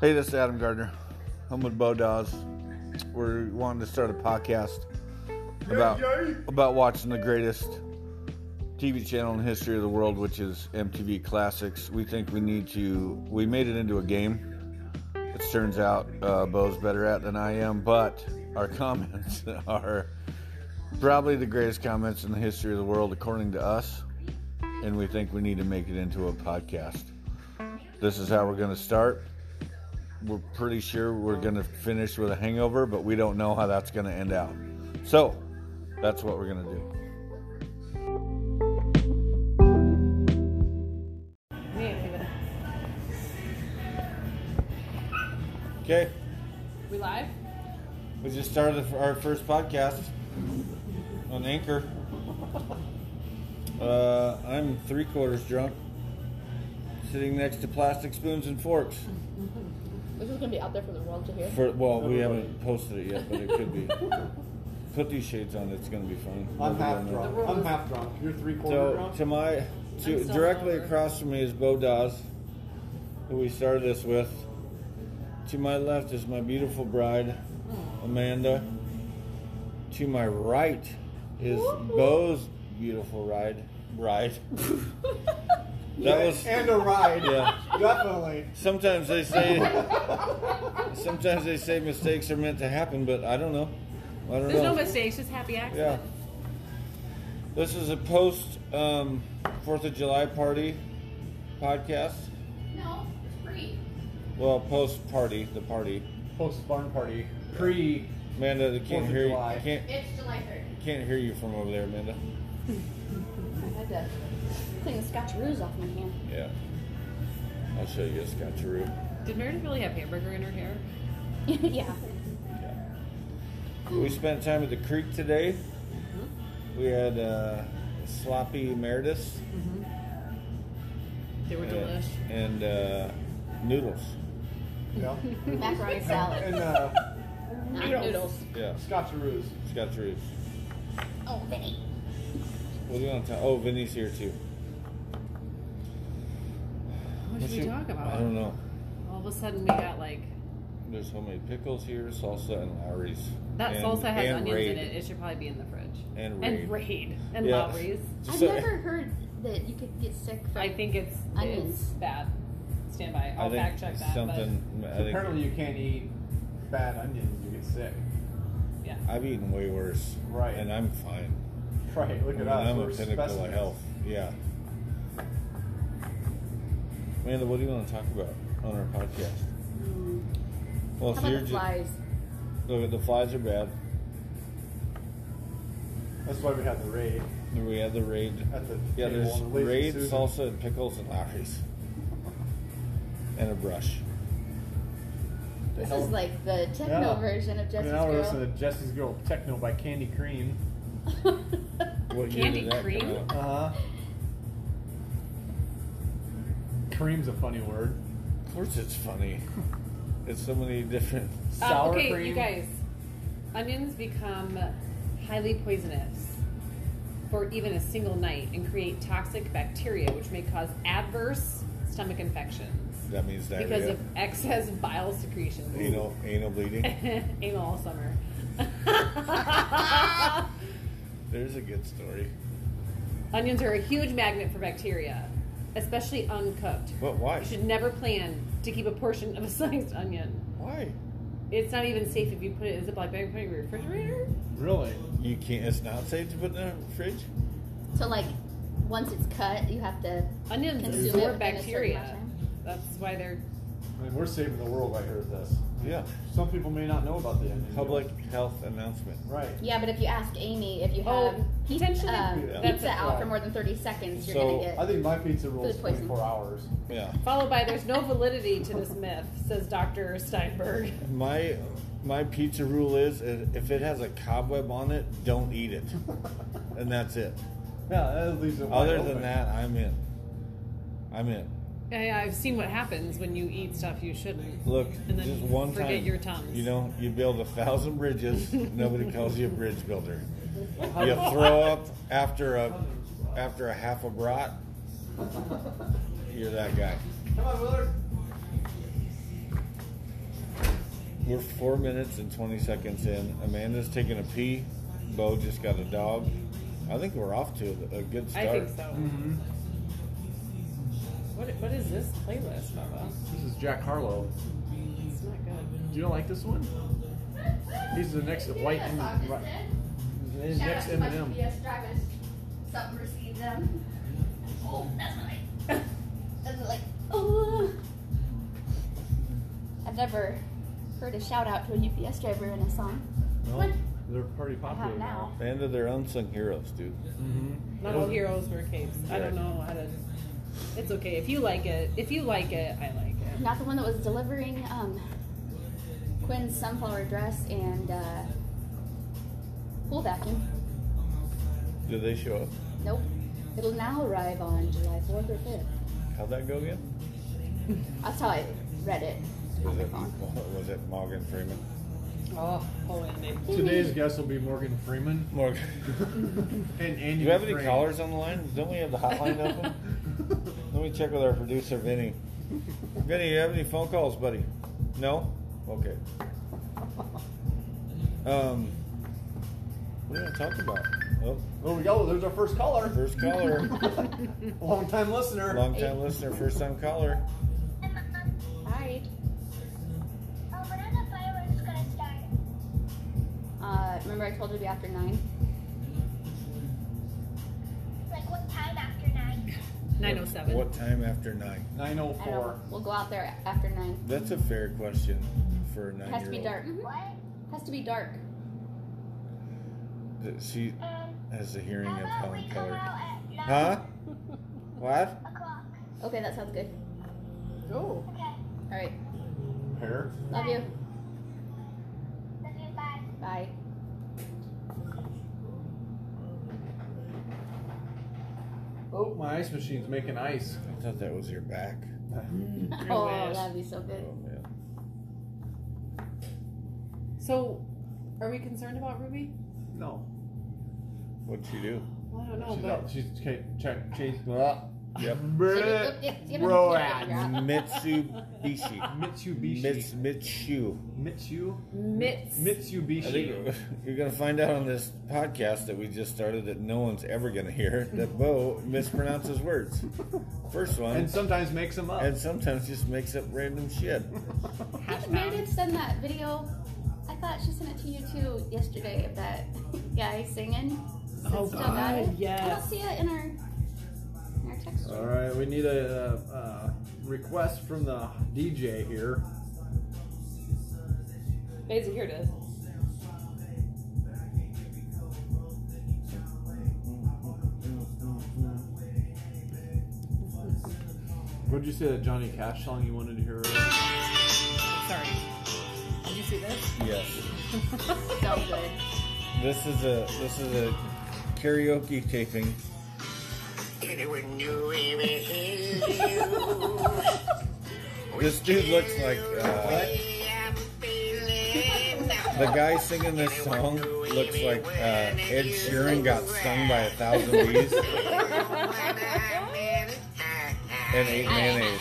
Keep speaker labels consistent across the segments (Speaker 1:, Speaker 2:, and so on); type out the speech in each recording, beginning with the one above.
Speaker 1: Hey, this is Adam Gardner. I'm with Bo Dawes. We're wanting to start a podcast about about watching the greatest TV channel in the history of the world, which is MTV Classics. We think we need to. We made it into a game. It turns out uh, Bo's better at than I am, but our comments are probably the greatest comments in the history of the world, according to us. And we think we need to make it into a podcast. This is how we're going to start we're pretty sure we're going to finish with a hangover, but we don't know how that's going to end out. So, that's what we're going to do.
Speaker 2: We ain't leaving.
Speaker 1: Okay,
Speaker 2: We live?
Speaker 1: we just started our first podcast on Anchor. Uh, I'm three quarters drunk, sitting next to plastic spoons and forks.
Speaker 2: This is gonna be out there for the world to hear.
Speaker 1: For well, we haven't posted it yet, but it could be. Put these shades on; it's going to be fun.
Speaker 3: I'm half
Speaker 1: Nobody will know.
Speaker 3: drunk. I'm half drunk. You're three quarter
Speaker 1: So
Speaker 3: drunk.
Speaker 1: to my, to,
Speaker 2: I'm so
Speaker 1: directly
Speaker 2: hungover.
Speaker 1: across from me is Bo Dawes, who we started this with. To my left is my beautiful bride,
Speaker 2: Oh.
Speaker 1: Amanda. To my right is
Speaker 2: Woo-hoo.
Speaker 1: Bo's beautiful ride, bride. that was
Speaker 3: and a ride.
Speaker 1: yeah.
Speaker 3: Definitely.
Speaker 1: Sometimes they say, sometimes they say mistakes are meant to happen, but I don't know. I don't
Speaker 2: There's
Speaker 1: know.
Speaker 2: no mistakes, just happy
Speaker 1: Yeah.
Speaker 2: accident.
Speaker 1: This is a post um, Fourth of July party podcast.
Speaker 4: No, it's free.
Speaker 1: Well, post party, the party.
Speaker 3: Post barn party. Pre.
Speaker 1: Amanda, they
Speaker 3: Fourth
Speaker 1: can't
Speaker 3: of
Speaker 1: hear you.
Speaker 3: July.
Speaker 1: Can't
Speaker 4: It's July 3rd.
Speaker 1: can't hear you from over there, Amanda.
Speaker 2: I had to clean the scotcheroos off my hand.
Speaker 1: Yeah. I'll show you a scotcheroo.
Speaker 5: Did Meredith really have hamburger in her hair?
Speaker 2: yeah.
Speaker 1: Yeah. We spent time at the creek today.
Speaker 2: Mm-hmm.
Speaker 1: We had uh, sloppy Meredith's
Speaker 5: They were
Speaker 1: and,
Speaker 5: delish.
Speaker 1: and uh, noodles.
Speaker 3: Yeah.
Speaker 4: Macaroni salad.
Speaker 3: And uh,
Speaker 2: Not
Speaker 3: Noodles.
Speaker 2: noodles.
Speaker 1: Yeah,
Speaker 3: scotcheroos.
Speaker 1: scotcheroos.
Speaker 4: Oh, Vinny.
Speaker 1: What do you want to talk? Oh, Vinny's here too.
Speaker 5: What should we
Speaker 1: you-
Speaker 5: talk
Speaker 1: I
Speaker 5: about?
Speaker 1: don't know.
Speaker 5: All of a sudden we got like
Speaker 1: There's so many pickles here, salsa and Lowry's.
Speaker 5: that
Speaker 1: and,
Speaker 5: salsa has
Speaker 1: and
Speaker 5: onions
Speaker 1: Raid.
Speaker 5: in it. It should probably be in the fridge.
Speaker 1: And
Speaker 5: And
Speaker 1: Raid.
Speaker 5: raid. And
Speaker 1: Yeah.
Speaker 5: Lowry's.
Speaker 4: I've
Speaker 1: So-
Speaker 4: never heard that you could get sick from.
Speaker 5: I think it's
Speaker 4: Onions.
Speaker 5: it's bad. Stand by.
Speaker 1: I
Speaker 5: I'll
Speaker 1: think
Speaker 5: fact check that.
Speaker 1: Something. I think,
Speaker 3: Apparently, you can't eat bad onions. You get sick.
Speaker 5: But yeah.
Speaker 1: I've eaten way worse.
Speaker 3: Right.
Speaker 1: And I'm fine.
Speaker 3: Right. Look
Speaker 1: I mean,
Speaker 3: at us.
Speaker 1: I'm
Speaker 3: We're
Speaker 1: a pinnacle of
Speaker 3: specimens.
Speaker 1: health. Yeah. Amanda, what do you want to talk about on our podcast? Well,
Speaker 4: How
Speaker 1: so you're
Speaker 4: about the flies?
Speaker 1: just look. The flies are bad.
Speaker 3: That's why we had the raid
Speaker 1: We had the raid.
Speaker 3: at the
Speaker 1: Yeah,
Speaker 3: table.
Speaker 1: there's
Speaker 3: and the lazy
Speaker 1: raid,
Speaker 3: Susan-
Speaker 1: salsa, and pickles, and Lowry's, and a brush.
Speaker 4: This
Speaker 3: hell-
Speaker 4: is like the techno
Speaker 3: Yeah.
Speaker 4: version of
Speaker 3: I
Speaker 4: Jesse's
Speaker 3: mean, now we're
Speaker 4: Girl.
Speaker 3: listening to Jesse's Girl Techno by Candy Cream.
Speaker 1: What
Speaker 5: Candy
Speaker 1: year did that
Speaker 5: cream?
Speaker 1: Come out?
Speaker 3: Uh huh. Cream's a funny word.
Speaker 1: Of course, it's funny. It's so many different.
Speaker 5: Uh,
Speaker 3: Sour
Speaker 5: okay,
Speaker 3: cream.
Speaker 5: you guys. Onions become highly poisonous for even a single night and create toxic bacteria which may cause adverse stomach infections.
Speaker 1: That means diarrhea.
Speaker 5: because of excess bile secretion.
Speaker 1: anal anal bleeding.
Speaker 5: Anal all summer.
Speaker 1: There's a good story.
Speaker 5: Onions are a huge magnet for bacteria, especially uncooked.
Speaker 1: But why?
Speaker 5: You should never plan to keep a portion of a sliced onion.
Speaker 1: Why?
Speaker 5: It's not even safe if you put it in a Ziploc bag and put it in your refrigerator.
Speaker 3: Really?
Speaker 1: You can't. It's not safe to put in the fridge.
Speaker 4: So, like, once it's cut, you have to.
Speaker 5: Onions
Speaker 4: Consume it
Speaker 5: absorb
Speaker 4: within a certain amount
Speaker 5: bacteria.
Speaker 4: of time.
Speaker 5: That's why they're.
Speaker 3: I mean, we're saving the world right here with this.
Speaker 1: Yeah.
Speaker 3: Some people may not know about the onion.
Speaker 1: Public health announcement.
Speaker 3: Right.
Speaker 4: Yeah, but if you ask Amy if you
Speaker 5: Oh,
Speaker 4: have heat,
Speaker 5: potentially.
Speaker 4: um,
Speaker 1: Yeah.
Speaker 4: pizza
Speaker 5: That's-
Speaker 4: out for more than 30 seconds, you're
Speaker 1: So,
Speaker 4: going to
Speaker 3: I
Speaker 4: get.
Speaker 3: think my pizza rule is
Speaker 4: Food poison.
Speaker 3: 24 hours.
Speaker 1: Yeah.
Speaker 5: Followed by there's no validity to this myth, says Dr. Steinberg.
Speaker 1: My my pizza rule is uh, if it has a cobweb on it, don't eat it, and that's it.
Speaker 3: Yeah, that leaves it wide
Speaker 1: Other
Speaker 3: open.
Speaker 1: than that, I'm in. I'm in.
Speaker 5: Yeah, I've seen what happens when you eat stuff you shouldn't.
Speaker 1: Look,
Speaker 5: And then
Speaker 1: just one
Speaker 5: forget
Speaker 1: time,
Speaker 5: your tongues.
Speaker 1: you know, you build a thousand bridges. nobody calls you a bridge builder. You throw up after a after a half a brat. You're that guy.
Speaker 3: Come on, Willard.
Speaker 1: We're four minutes and 20 seconds in. Amanda's taking a pee. Bo just got a dog. I think we're off to a a good
Speaker 5: I
Speaker 1: start.
Speaker 5: think so. What, what is this playlist, Bubba?
Speaker 6: This is Jack Harlow.
Speaker 5: It's not good.
Speaker 6: Do you like this one? He's the next white.
Speaker 4: That's all
Speaker 6: M-
Speaker 4: just
Speaker 6: right-
Speaker 4: it.
Speaker 6: His
Speaker 4: Shout
Speaker 6: next
Speaker 4: out to my
Speaker 6: Eminem.
Speaker 4: UPS drivers. Something received them. Oh, that's what I. That's what I.
Speaker 2: Oh. I've never heard a shout out to a UPS driver in a song.
Speaker 6: No, they're pretty popular
Speaker 2: have now.
Speaker 1: Amanda, they're unsung heroes, dude.
Speaker 3: Mm-hmm.
Speaker 5: Not all heroes wear capes. I don't know how to. It's okay if you like it. If you like it, I like it.
Speaker 2: Not the one that was delivering um, Quinn's sunflower dress and uh, pool vacuum.
Speaker 1: Do they show up?
Speaker 2: Nope. It'll now arrive on July 4th or 5th.
Speaker 1: How'd that go again?
Speaker 2: That's how I read it.
Speaker 1: Was it, was it Morgan Freeman?
Speaker 5: Oh, Poland. they-
Speaker 3: Today's guest will be Morgan Freeman
Speaker 1: Morgan.
Speaker 3: and Andy.
Speaker 1: Do you have any
Speaker 3: Dufresne.
Speaker 1: callers on the line? Don't we have the hotline open? Let me check with our producer, Vinny. Vinny, you have any phone calls, buddy? No? Okay. Um, what are we going to talk about? Oh,
Speaker 3: There we go. There's our first caller.
Speaker 1: first caller.
Speaker 3: Long time listener.
Speaker 1: Long time listener, first time caller.
Speaker 2: Hi.
Speaker 7: Oh, when are the fireworks gonna start?
Speaker 2: Uh, remember I told you it'd be after 9?
Speaker 7: Like what time after nine?
Speaker 5: 907.
Speaker 1: What time after 9?
Speaker 2: I don't know.
Speaker 3: 904.
Speaker 2: We'll go out there after 9.
Speaker 1: That's a fair question for a
Speaker 2: It
Speaker 1: nine
Speaker 2: has to be
Speaker 1: year
Speaker 2: dark. Mhm.
Speaker 7: What?
Speaker 2: has to be dark.
Speaker 1: old. She
Speaker 7: Um,
Speaker 1: has the hearing
Speaker 7: how
Speaker 1: of
Speaker 7: about we
Speaker 1: Helen
Speaker 7: come
Speaker 1: Keller.
Speaker 7: out at nine
Speaker 1: Huh? What?
Speaker 7: o'clock?
Speaker 2: Okay, that sounds good.
Speaker 5: Oh.
Speaker 7: Okay.
Speaker 2: All right.
Speaker 3: Hair.
Speaker 2: Love you.
Speaker 7: Love you. Bye.
Speaker 2: Bye.
Speaker 3: Oh, my ice machine's making ice.
Speaker 1: I thought that was your back.
Speaker 2: Oh, that'd be so good.
Speaker 1: Oh, man.
Speaker 5: So, are we concerned about Ruby?
Speaker 3: No.
Speaker 1: What'd you do?
Speaker 5: Well, I don't know,
Speaker 3: She's
Speaker 5: but
Speaker 3: out. She's okay, check. She's blah.
Speaker 1: Yep.
Speaker 2: Bro,
Speaker 1: Mitsubishi.
Speaker 3: Mitsubishi.
Speaker 1: Mits, Mitsu.
Speaker 3: Mitsu.
Speaker 1: I
Speaker 5: Mitts.
Speaker 3: Mitsubishi.
Speaker 1: think you're going to find out on this podcast that we just started that no one's ever going to hear that Bo mispronounces words. First one.
Speaker 3: and
Speaker 1: And,
Speaker 3: sometimes makes them up.
Speaker 1: sometimes just makes up random shit.
Speaker 2: Meredith sent that video. I thought she sent it to you too yesterday of that guy singing.
Speaker 3: Ah,
Speaker 5: Oh,
Speaker 2: Still got
Speaker 5: God,
Speaker 2: it? I don't
Speaker 5: yes.
Speaker 2: see it in our, in our text.
Speaker 3: All right, we need a, uh uh request from the DJ here.
Speaker 5: Daisy, here it is.
Speaker 3: What did you say that Johnny Cash song you wanted to hear?
Speaker 5: Sorry. Did you see this?
Speaker 1: Yes.
Speaker 2: So good.
Speaker 1: This is a this is a karaoke taping. this dude looks like uh, the guy singing this song looks like uh, Ed Sheeran got stung by a thousand bees and ate mayonnaise.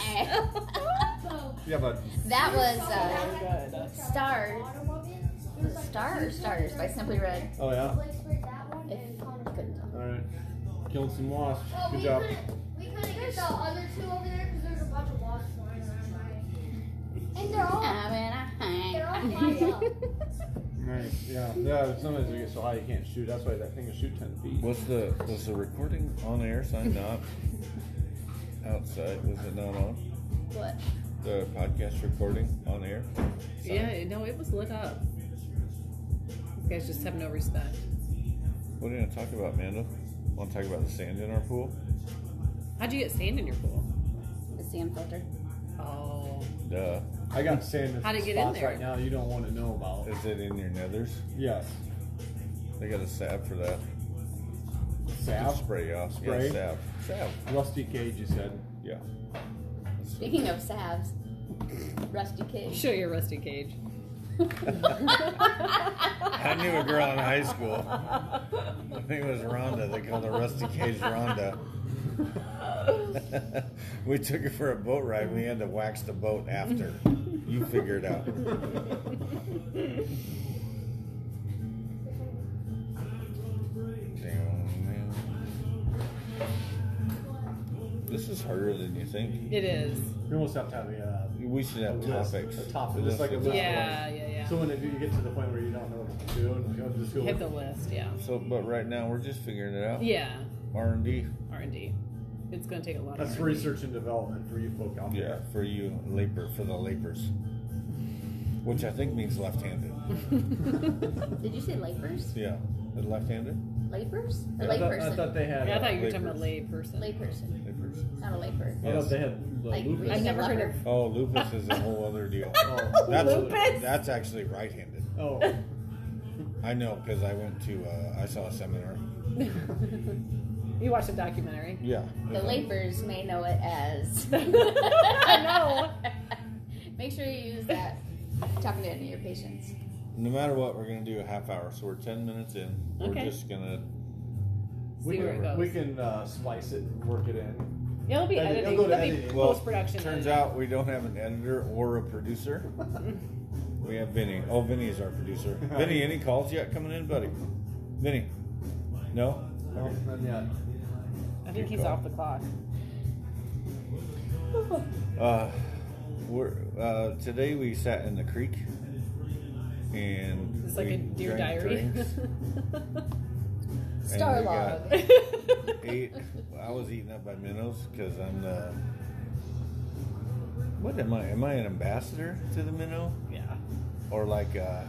Speaker 3: Yeah, but
Speaker 2: that was uh,
Speaker 5: Good.
Speaker 2: Stars. Stars, Stars by Simply Red.
Speaker 3: oh yeah.
Speaker 7: Like for that one
Speaker 2: If you couldn't tell.
Speaker 3: All right, killing some wasps.
Speaker 8: Oh,
Speaker 3: Good
Speaker 8: we
Speaker 3: job.
Speaker 8: couldn't- We couldn't get the other two over there because there's a bunch of wasps flying around by. And they're all
Speaker 2: I'm in a
Speaker 8: they're all
Speaker 2: hang.
Speaker 8: flying up.
Speaker 3: Right. Yeah. Yeah. Sometimes you get so high you can't shoot. That's why that thing will shoot ten feet.
Speaker 1: Was the was the recording on air sign not outside? Was it not on?
Speaker 2: What?
Speaker 1: The podcast recording on air?
Speaker 5: Yeah, no, it was lit up. These guys just have no respect.
Speaker 1: What are you gonna talk about, Amanda? Wanna talk about the sand in our pool?
Speaker 5: How'd you get sand in your pool?
Speaker 2: The sand filter.
Speaker 5: Oh.
Speaker 1: Duh.
Speaker 3: I got sand in
Speaker 5: How'd it get in
Speaker 3: spots
Speaker 5: there?
Speaker 3: right now you don't want to know about.
Speaker 1: Is it in your nethers?
Speaker 3: Yes.
Speaker 1: They got a salve for that.
Speaker 3: Salve.
Speaker 1: Spray off.
Speaker 3: Spray?
Speaker 1: Yeah, salve. Salve.
Speaker 3: Rusty cage. You said.
Speaker 1: Yeah.
Speaker 2: Speaking of salves, Rusty Cage.
Speaker 5: Show your rusty cage.
Speaker 1: I knew a girl in high school. I think it was Rhonda. They called her Rusty Cage Rhonda. we took her for a boat ride. We had to wax the boat after. You figure it out. Damn, man. This is harder than you think.
Speaker 5: It is.
Speaker 3: We almost have to have a, uh,
Speaker 1: We should have
Speaker 3: a list,
Speaker 1: topics.
Speaker 3: A topic. Just like a list.
Speaker 5: Yeah,
Speaker 3: of, like-
Speaker 5: yeah, yeah.
Speaker 3: So when it- you get to the point where you don't know what to do, and you just go
Speaker 5: Hit
Speaker 3: with
Speaker 5: the list, yeah.
Speaker 1: So, but right now we're just figuring it out.
Speaker 5: Yeah,
Speaker 1: R and D.
Speaker 5: R and D. It's gonna take a lot.
Speaker 3: That's
Speaker 5: of R&D.
Speaker 3: research and development for you folk out
Speaker 1: Yeah,
Speaker 3: there.
Speaker 1: for you labor for the labors, which I think means left-handed.
Speaker 2: Did you say lapers?
Speaker 1: Yeah, The left-handed.
Speaker 2: Lapers? Or
Speaker 1: Yeah,
Speaker 3: I, thought, I
Speaker 2: layperson?
Speaker 3: thought they had.
Speaker 5: Yeah, I
Speaker 3: uh,
Speaker 5: thought you were talking about lay
Speaker 1: Labors.
Speaker 5: person.
Speaker 2: Layperson.
Speaker 1: Labors.
Speaker 2: Not a laper.
Speaker 3: I thought they had uh,
Speaker 2: Like,
Speaker 3: lupus.
Speaker 5: I've
Speaker 2: Like
Speaker 5: never
Speaker 2: a
Speaker 5: heard
Speaker 2: leper.
Speaker 5: of.
Speaker 1: Oh, lupus is a whole other deal.
Speaker 3: Oh,
Speaker 1: That's
Speaker 5: Lupus?
Speaker 1: that's actually right-handed.
Speaker 3: Oh,
Speaker 1: I know because I went to uh, I saw a seminar.
Speaker 5: You watched a documentary.
Speaker 1: Yeah.
Speaker 2: The lapers may know it as.
Speaker 5: I
Speaker 2: Make sure you use that talking to any of your patients.
Speaker 1: No matter what, we're gonna do a half hour, so we're ten minutes in. We're
Speaker 5: Okay.
Speaker 1: just gonna.
Speaker 5: See
Speaker 3: we
Speaker 5: where it
Speaker 3: can,
Speaker 5: goes.
Speaker 3: we can uh, slice it and work it in.
Speaker 5: It'll be
Speaker 3: Edit-
Speaker 5: editing.
Speaker 3: it'll go to
Speaker 5: It'll be
Speaker 3: editing.
Speaker 1: Well,
Speaker 5: post production.
Speaker 1: Turns out we don't have an editor or a producer. we have Vinny. Oh, Vinny is our producer. Vinny, any calls yet coming in, buddy? Vinny. No.
Speaker 3: No, not yet.
Speaker 5: I think he's off the clock.
Speaker 1: Uh, we're uh, today we sat in the creek and
Speaker 5: It's like
Speaker 1: we
Speaker 5: a dear
Speaker 1: drank
Speaker 5: diary.
Speaker 1: drinks, and we got
Speaker 2: Starlog.
Speaker 1: ate- I was eaten up by minnows because I'm the. What am I? Am I an ambassador to the minnow,
Speaker 5: yeah.
Speaker 1: or like uh,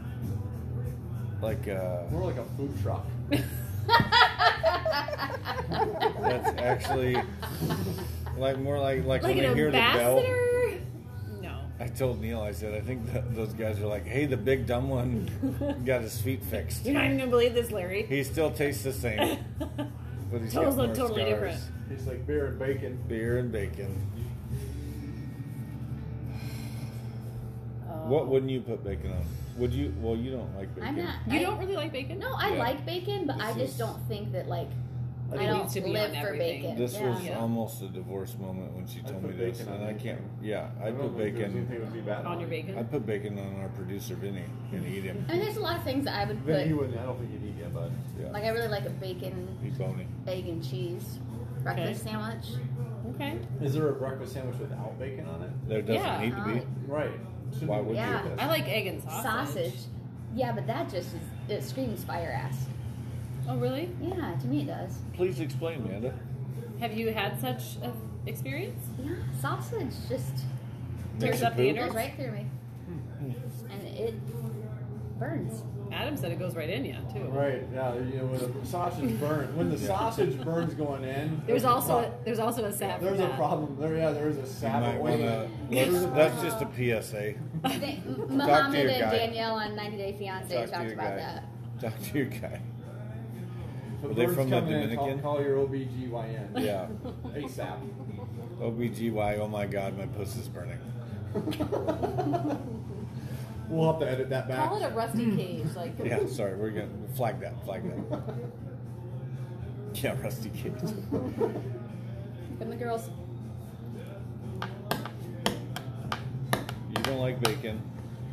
Speaker 1: a like uh, a
Speaker 3: More like a food truck.
Speaker 1: that's actually like more like like,
Speaker 5: Like
Speaker 1: when
Speaker 5: an
Speaker 1: I hear the bell.
Speaker 5: ambassador? No.
Speaker 1: I told Neil, I said, I think th those guys are like, hey, the big dumb one got his feet fixed.
Speaker 5: You're not even gonna believe this, Larry.
Speaker 1: He still tastes the same, but he's
Speaker 5: Toes
Speaker 1: got
Speaker 5: look
Speaker 1: more
Speaker 5: totally
Speaker 1: scars.
Speaker 5: different.
Speaker 3: It's like beer and bacon.
Speaker 1: Beer and bacon. What wouldn't you put bacon on? Would you? Well, you don't like bacon.
Speaker 2: I'm not.
Speaker 5: You
Speaker 2: I-
Speaker 5: don't really like bacon?
Speaker 2: No, I
Speaker 1: Yeah.
Speaker 2: like bacon, but I
Speaker 1: This
Speaker 2: just
Speaker 1: is-
Speaker 2: don't think that like I,
Speaker 5: it
Speaker 2: don't
Speaker 5: needs to be
Speaker 2: live
Speaker 5: on
Speaker 2: for
Speaker 5: everything.
Speaker 2: bacon.
Speaker 1: This
Speaker 2: yeah.
Speaker 1: was
Speaker 5: Yeah.
Speaker 1: almost a divorce moment when she
Speaker 3: I'd
Speaker 1: told me
Speaker 3: put
Speaker 1: this,
Speaker 3: bacon on
Speaker 1: and I can't.
Speaker 3: anything.
Speaker 1: Yeah, I
Speaker 3: don't
Speaker 1: put
Speaker 3: think there's Anything
Speaker 1: bacon.
Speaker 3: would be bad
Speaker 5: On your
Speaker 1: I
Speaker 5: bacon?
Speaker 1: put bacon on our producer Vinny and eat him.
Speaker 2: I mean, there's a lot of things that I would
Speaker 3: Then
Speaker 2: put.
Speaker 3: he wouldn't. I don't think he'd eat it, but
Speaker 1: Yeah,
Speaker 2: Like I really like a bacon,
Speaker 1: he's bony.
Speaker 2: egg and cheese breakfast
Speaker 5: Okay.
Speaker 2: sandwich.
Speaker 5: Okay.
Speaker 3: is there a breakfast sandwich without bacon on it?
Speaker 1: There doesn't
Speaker 5: Yeah.
Speaker 1: need to be.
Speaker 3: Right. Shouldn't
Speaker 1: Why
Speaker 3: it be
Speaker 1: would
Speaker 2: Uh, Yeah.
Speaker 1: you?
Speaker 5: I like egg and sausage.
Speaker 2: Sausage. Yeah, but that just is, it screams fire ass.
Speaker 5: Oh, really?
Speaker 2: Yeah, to me it does.
Speaker 1: Please explain, Amanda.
Speaker 5: Have you had such a experience?
Speaker 2: Yeah, sausage just
Speaker 5: Tears
Speaker 1: Makes you
Speaker 5: up the
Speaker 1: poop?
Speaker 5: inner-
Speaker 2: goes right through me, and it burns.
Speaker 5: Adam said it goes right in you, too.
Speaker 3: Right. Yeah. You know, when the sausage burns, when the sausage burns going in,
Speaker 5: There's
Speaker 3: a
Speaker 5: also
Speaker 3: pro-
Speaker 5: a, there's also a sap.
Speaker 3: there's
Speaker 5: from
Speaker 3: a
Speaker 5: that.
Speaker 3: problem. There. Yeah. There is a
Speaker 1: You
Speaker 3: sap.
Speaker 1: might
Speaker 3: away.
Speaker 1: wanna,
Speaker 3: There's
Speaker 1: let's,
Speaker 3: a
Speaker 1: that's just a PSA.
Speaker 2: I think Mohammed and
Speaker 1: guy.
Speaker 2: Danielle on 90 Day Fiance
Speaker 1: Talk to
Speaker 2: talked
Speaker 1: your
Speaker 2: about
Speaker 1: guy.
Speaker 2: that.
Speaker 1: Talk to your guy.
Speaker 3: If
Speaker 1: Were they
Speaker 3: birds
Speaker 1: from the
Speaker 3: come in, call-
Speaker 1: Dominican?
Speaker 3: Call, your OBGYN.
Speaker 1: Yeah.
Speaker 3: ASAP.
Speaker 1: OBGY, oh my god, my puss is burning.
Speaker 3: We'll have to edit that back.
Speaker 5: Call it a
Speaker 8: Hmm.
Speaker 5: rusty cage, like
Speaker 1: Yeah, sorry, we're gonna flag that, flag that. Yeah, Rusty Cage.
Speaker 2: And the girls,
Speaker 1: You don't like bacon.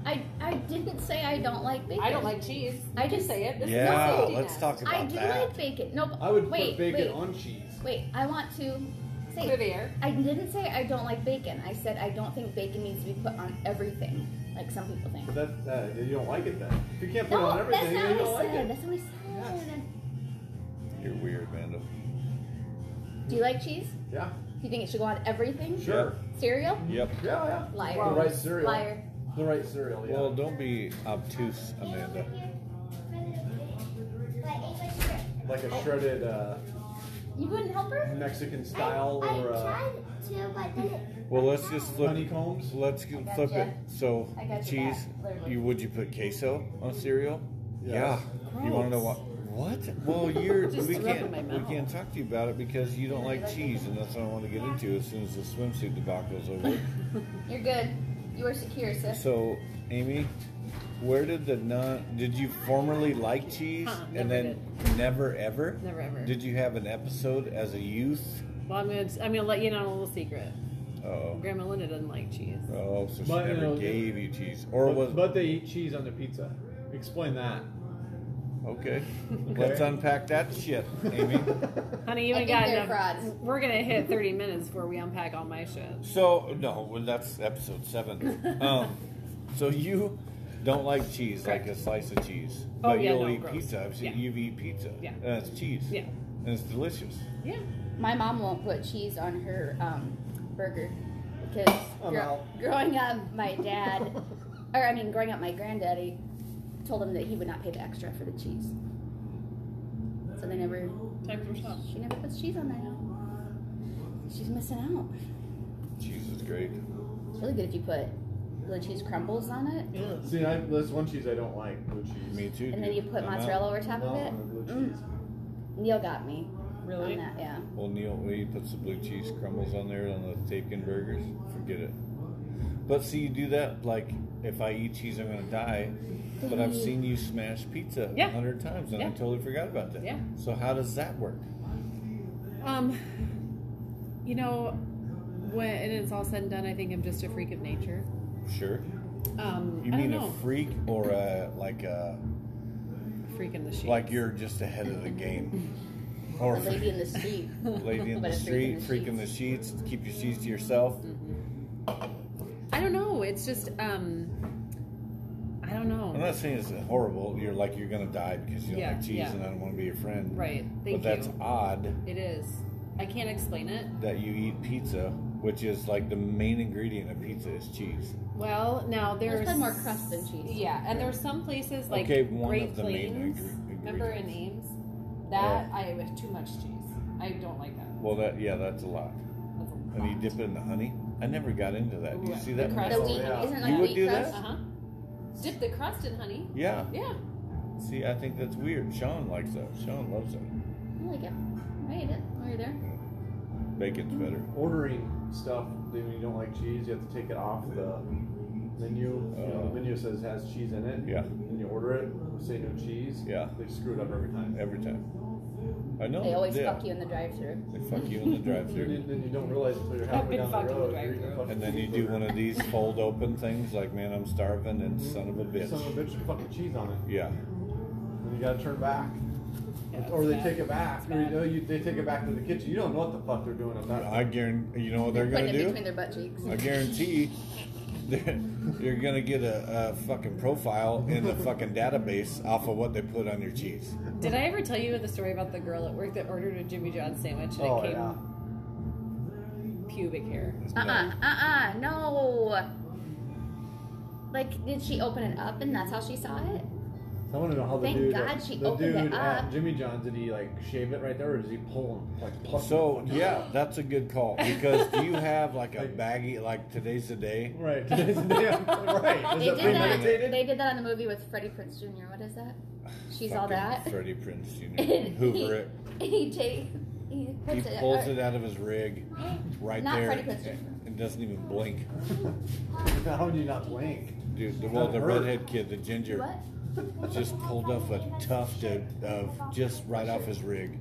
Speaker 2: I I didn't say I don't like bacon.
Speaker 5: I don't like cheese.
Speaker 2: I
Speaker 5: I
Speaker 2: just-
Speaker 5: just say it. This is a
Speaker 1: yeah,
Speaker 5: safety
Speaker 1: let's
Speaker 5: net.
Speaker 1: talk about
Speaker 2: I do
Speaker 1: that.
Speaker 2: like bacon. No, but
Speaker 3: I would
Speaker 2: wait,
Speaker 3: put bacon
Speaker 2: wait,
Speaker 3: on cheese.
Speaker 2: wait. I want to say
Speaker 5: Clear the air.
Speaker 2: I didn't say I don't like bacon. I said I don't think bacon needs to be put on everything, like some people think.
Speaker 3: But that, that you don't like it then. If you can't put it on
Speaker 2: No, that's
Speaker 3: everything,
Speaker 2: not
Speaker 3: then you
Speaker 2: what
Speaker 3: don't
Speaker 2: I
Speaker 3: like
Speaker 2: said.
Speaker 3: it.
Speaker 2: That's not what I said.
Speaker 1: You're weird, Amanda.
Speaker 2: Do you like cheese?
Speaker 3: Yeah.
Speaker 2: Do you think it should go on everything?
Speaker 3: Sure.
Speaker 2: Cereal?
Speaker 1: Yep.
Speaker 3: Yeah. Yeah.
Speaker 2: Liar.
Speaker 3: The right cereal.
Speaker 2: Liar.
Speaker 3: The right cereal. Yeah.
Speaker 1: Well, don't be obtuse, Amanda.
Speaker 3: like
Speaker 2: Oh.
Speaker 3: a shredded uh,
Speaker 2: You wouldn't help her?
Speaker 3: Mexican style
Speaker 7: I,
Speaker 3: or uh,
Speaker 7: tried to, but then it-
Speaker 1: Well, let's just flip.
Speaker 3: honeycombs.
Speaker 1: Let's g- flip it.
Speaker 2: gotcha.
Speaker 1: So,
Speaker 2: I gotcha
Speaker 1: cheese.
Speaker 2: that, literally.
Speaker 1: You would you put queso on cereal?
Speaker 3: Yes.
Speaker 1: Yeah. You want to know what? What? Well, you're
Speaker 5: Just
Speaker 1: we
Speaker 5: threw up
Speaker 1: can't
Speaker 5: in my
Speaker 1: we
Speaker 5: mouth.
Speaker 1: can't talk to you about it because you don't like cheese, and that's what I want to get into as soon as the swimsuit debacle's over.
Speaker 2: You're good. You are secure, sis.
Speaker 1: so, Amy, where did the non? Did you formerly like cheese,
Speaker 5: Uh-uh,
Speaker 1: and
Speaker 5: never
Speaker 1: then never ever?
Speaker 5: Never ever.
Speaker 1: Did you have an episode as a youth?
Speaker 5: well, I'm gonna I'm gonna let you in on a little secret.
Speaker 1: Oh,
Speaker 5: Grandma Linda doesn't like cheese.
Speaker 1: oh, so she
Speaker 6: But, you
Speaker 1: never
Speaker 6: know,
Speaker 1: gave you cheese, or
Speaker 6: but,
Speaker 1: was
Speaker 6: but they eat cheese on their pizza. Explain that.
Speaker 1: okay. Let's unpack that shit, Amy.
Speaker 5: Honey, you
Speaker 2: I
Speaker 5: ain't
Speaker 2: think
Speaker 5: got
Speaker 2: they're
Speaker 5: enough.
Speaker 2: frauds.
Speaker 5: We're gonna hit 30 minutes before we unpack all my shit.
Speaker 1: so no, well, that's episode seven. Um, so you don't like cheese, like a slice of cheese,
Speaker 5: Oh,
Speaker 1: but
Speaker 5: yeah,
Speaker 1: you'll
Speaker 5: no,
Speaker 1: eat
Speaker 5: gross.
Speaker 1: pizza. I've seen
Speaker 5: Yeah.
Speaker 1: you've eaten pizza.
Speaker 5: Yeah.
Speaker 1: and it's cheese.
Speaker 5: Yeah.
Speaker 1: and it's delicious.
Speaker 5: Yeah.
Speaker 2: My mom won't put cheese on her um, burger because
Speaker 6: I'm
Speaker 2: gro-
Speaker 6: out.
Speaker 2: growing up, my dad, or I mean, growing up, my granddaddy told him that he would not pay the extra for the cheese. So they never,
Speaker 5: Times were tough.
Speaker 2: she never puts cheese on there now. She's missing out.
Speaker 1: Cheese is great.
Speaker 2: It's really good if you put the cheese crumbles on it,
Speaker 6: See, I, there's one cheese I don't like, blue cheese.
Speaker 1: Me too.
Speaker 2: and then you
Speaker 1: dude.
Speaker 2: put
Speaker 1: I'm out.
Speaker 2: mozzarella over top of
Speaker 6: No,
Speaker 2: it.
Speaker 6: blue
Speaker 2: Mm.
Speaker 6: cheese.
Speaker 2: Neil got me
Speaker 5: Really?
Speaker 2: on that. Yeah.
Speaker 1: Well, Neil, when he puts the blue cheese crumbles on there on the Tapkin burgers, forget it. But see, you do that like if I eat cheese, I'm gonna die. But I've seen you smash pizza a
Speaker 5: Yeah.
Speaker 1: hundred times, and I
Speaker 5: Yeah.
Speaker 1: totally forgot about that.
Speaker 5: Yeah.
Speaker 1: So how does that work?
Speaker 5: Um, you know, when it's all said and done, I think I'm just a freak of nature.
Speaker 1: Sure.
Speaker 5: Um,
Speaker 1: You
Speaker 5: I
Speaker 1: mean
Speaker 5: don't
Speaker 1: a
Speaker 5: know.
Speaker 1: freak or a like a
Speaker 5: freak in the sheets.
Speaker 1: like you're just ahead of the game, or
Speaker 2: The lady in the street.
Speaker 1: lady in
Speaker 2: But
Speaker 1: the
Speaker 2: a freak in
Speaker 1: street,
Speaker 2: the
Speaker 1: freak in the sheets, keep your sheets to yourself.
Speaker 5: I don't know. It's just um, I don't know.
Speaker 1: I'm not saying it's horrible. You're like you're gonna die because you don't
Speaker 5: Yeah,
Speaker 1: like cheese,
Speaker 5: yeah.
Speaker 1: and I don't want to be your friend.
Speaker 5: Right.
Speaker 1: but
Speaker 5: Thank
Speaker 1: that's
Speaker 5: you.
Speaker 1: odd.
Speaker 5: It is. I can't explain it.
Speaker 1: that you eat pizza, which is like the main ingredient of pizza is cheese.
Speaker 5: Well, now
Speaker 2: There's
Speaker 5: there's
Speaker 2: probably more crust than cheese.
Speaker 5: Yeah, and there's some places like
Speaker 1: Okay, one
Speaker 5: Great
Speaker 1: of the main Oh.
Speaker 5: Plains.
Speaker 1: ingre-
Speaker 5: remember in Ames, that I have too much cheese. I don't like that.
Speaker 1: Well, that yeah, that's a lot.
Speaker 5: That's a
Speaker 1: And you dip it in the honey. I never got into that. Do you
Speaker 5: Ooh,
Speaker 1: see
Speaker 5: the
Speaker 1: that?
Speaker 5: crust.
Speaker 2: The
Speaker 5: Oh,
Speaker 2: wheat
Speaker 6: yeah.
Speaker 2: isn't it like
Speaker 1: You would
Speaker 2: wheat
Speaker 1: do
Speaker 2: crust.
Speaker 1: that?
Speaker 5: Uh huh. Dip the crust in honey.
Speaker 1: Yeah.
Speaker 5: Yeah.
Speaker 1: See, I think that's weird. Sean likes that. Sean loves that.
Speaker 2: I like it. I ate it while you're there.
Speaker 1: Bacon's
Speaker 5: Mm.
Speaker 1: better.
Speaker 6: Ordering stuff that when you don't like cheese, you have to take it off the menu. you know,
Speaker 1: Oh.
Speaker 6: the menu says it has cheese in it.
Speaker 1: Yeah.
Speaker 6: And you order it, say no cheese.
Speaker 1: Yeah.
Speaker 6: They screw it up every time.
Speaker 1: Every time. I know.
Speaker 2: They always
Speaker 1: yeah.
Speaker 2: fuck you in the drive-through.
Speaker 1: They fuck you in the
Speaker 6: And
Speaker 1: drive-thru.
Speaker 6: then- then you don't realize until you're halfway
Speaker 5: been
Speaker 6: down
Speaker 5: fucked
Speaker 6: the
Speaker 5: in
Speaker 6: road.
Speaker 5: the
Speaker 6: you're eating a
Speaker 5: drive-thru.
Speaker 6: fucking
Speaker 1: And then you do
Speaker 6: cheeseburger.
Speaker 1: one of these fold open things like, man, I'm starving, and son of a
Speaker 6: Son of
Speaker 1: bitch.
Speaker 6: a bitch, you fucking cheese on it.
Speaker 1: Yeah.
Speaker 6: And you gotta turn back.
Speaker 5: Yeah,
Speaker 6: or they
Speaker 5: it's
Speaker 6: take
Speaker 5: bad.
Speaker 6: it back. Or, you know, you, they take it back to the kitchen. You don't know what the fuck they're doing at that
Speaker 1: I
Speaker 6: point.
Speaker 1: guarantee, you know what they're
Speaker 2: Putting
Speaker 1: going to
Speaker 2: it
Speaker 1: do?
Speaker 2: between their butt cheeks.
Speaker 1: I guarantee they're, you're gonna get a, a fucking profile in the fucking database off of what they put on your cheese.
Speaker 5: Did I ever tell you the story about the girl at work that ordered a Jimmy John's sandwich and
Speaker 6: Oh,
Speaker 5: it came
Speaker 6: yeah.
Speaker 5: pubic hair?
Speaker 2: Uh-uh, uh-uh, no. Like, did she open it up and that's how she saw it?
Speaker 6: I want to know how the
Speaker 2: Thank
Speaker 6: dude, uh,
Speaker 2: God she
Speaker 6: the
Speaker 2: opened
Speaker 6: dude
Speaker 2: it
Speaker 6: at
Speaker 2: up.
Speaker 6: Jimmy John's, did he like shave it right there, or does he pull him like pluck?
Speaker 1: So yeah, that's a good call because do you have like a baggie like today's the day?
Speaker 6: right, today's the day. I'm- Right, is
Speaker 2: They
Speaker 6: that
Speaker 2: did that.
Speaker 6: premeditated?
Speaker 2: They did that in the movie with Freddie Prince Jr. What is that? She's all
Speaker 1: Fucking
Speaker 2: that.
Speaker 1: Freddie Prince Jr.
Speaker 2: And
Speaker 1: Hoover it.
Speaker 2: He, he takes. He,
Speaker 1: He
Speaker 2: puts it,
Speaker 1: pulls
Speaker 2: or-
Speaker 1: it out of his rig right
Speaker 2: Not
Speaker 1: there
Speaker 2: Freddie Prinze Jr.
Speaker 1: and, and doesn't even blink.
Speaker 6: How would you not blink?
Speaker 1: Dude, the, well, the
Speaker 6: Hurt.
Speaker 1: redhead kid, the ginger,
Speaker 2: What?
Speaker 1: just pulled off a tuft of, of just right off his rig.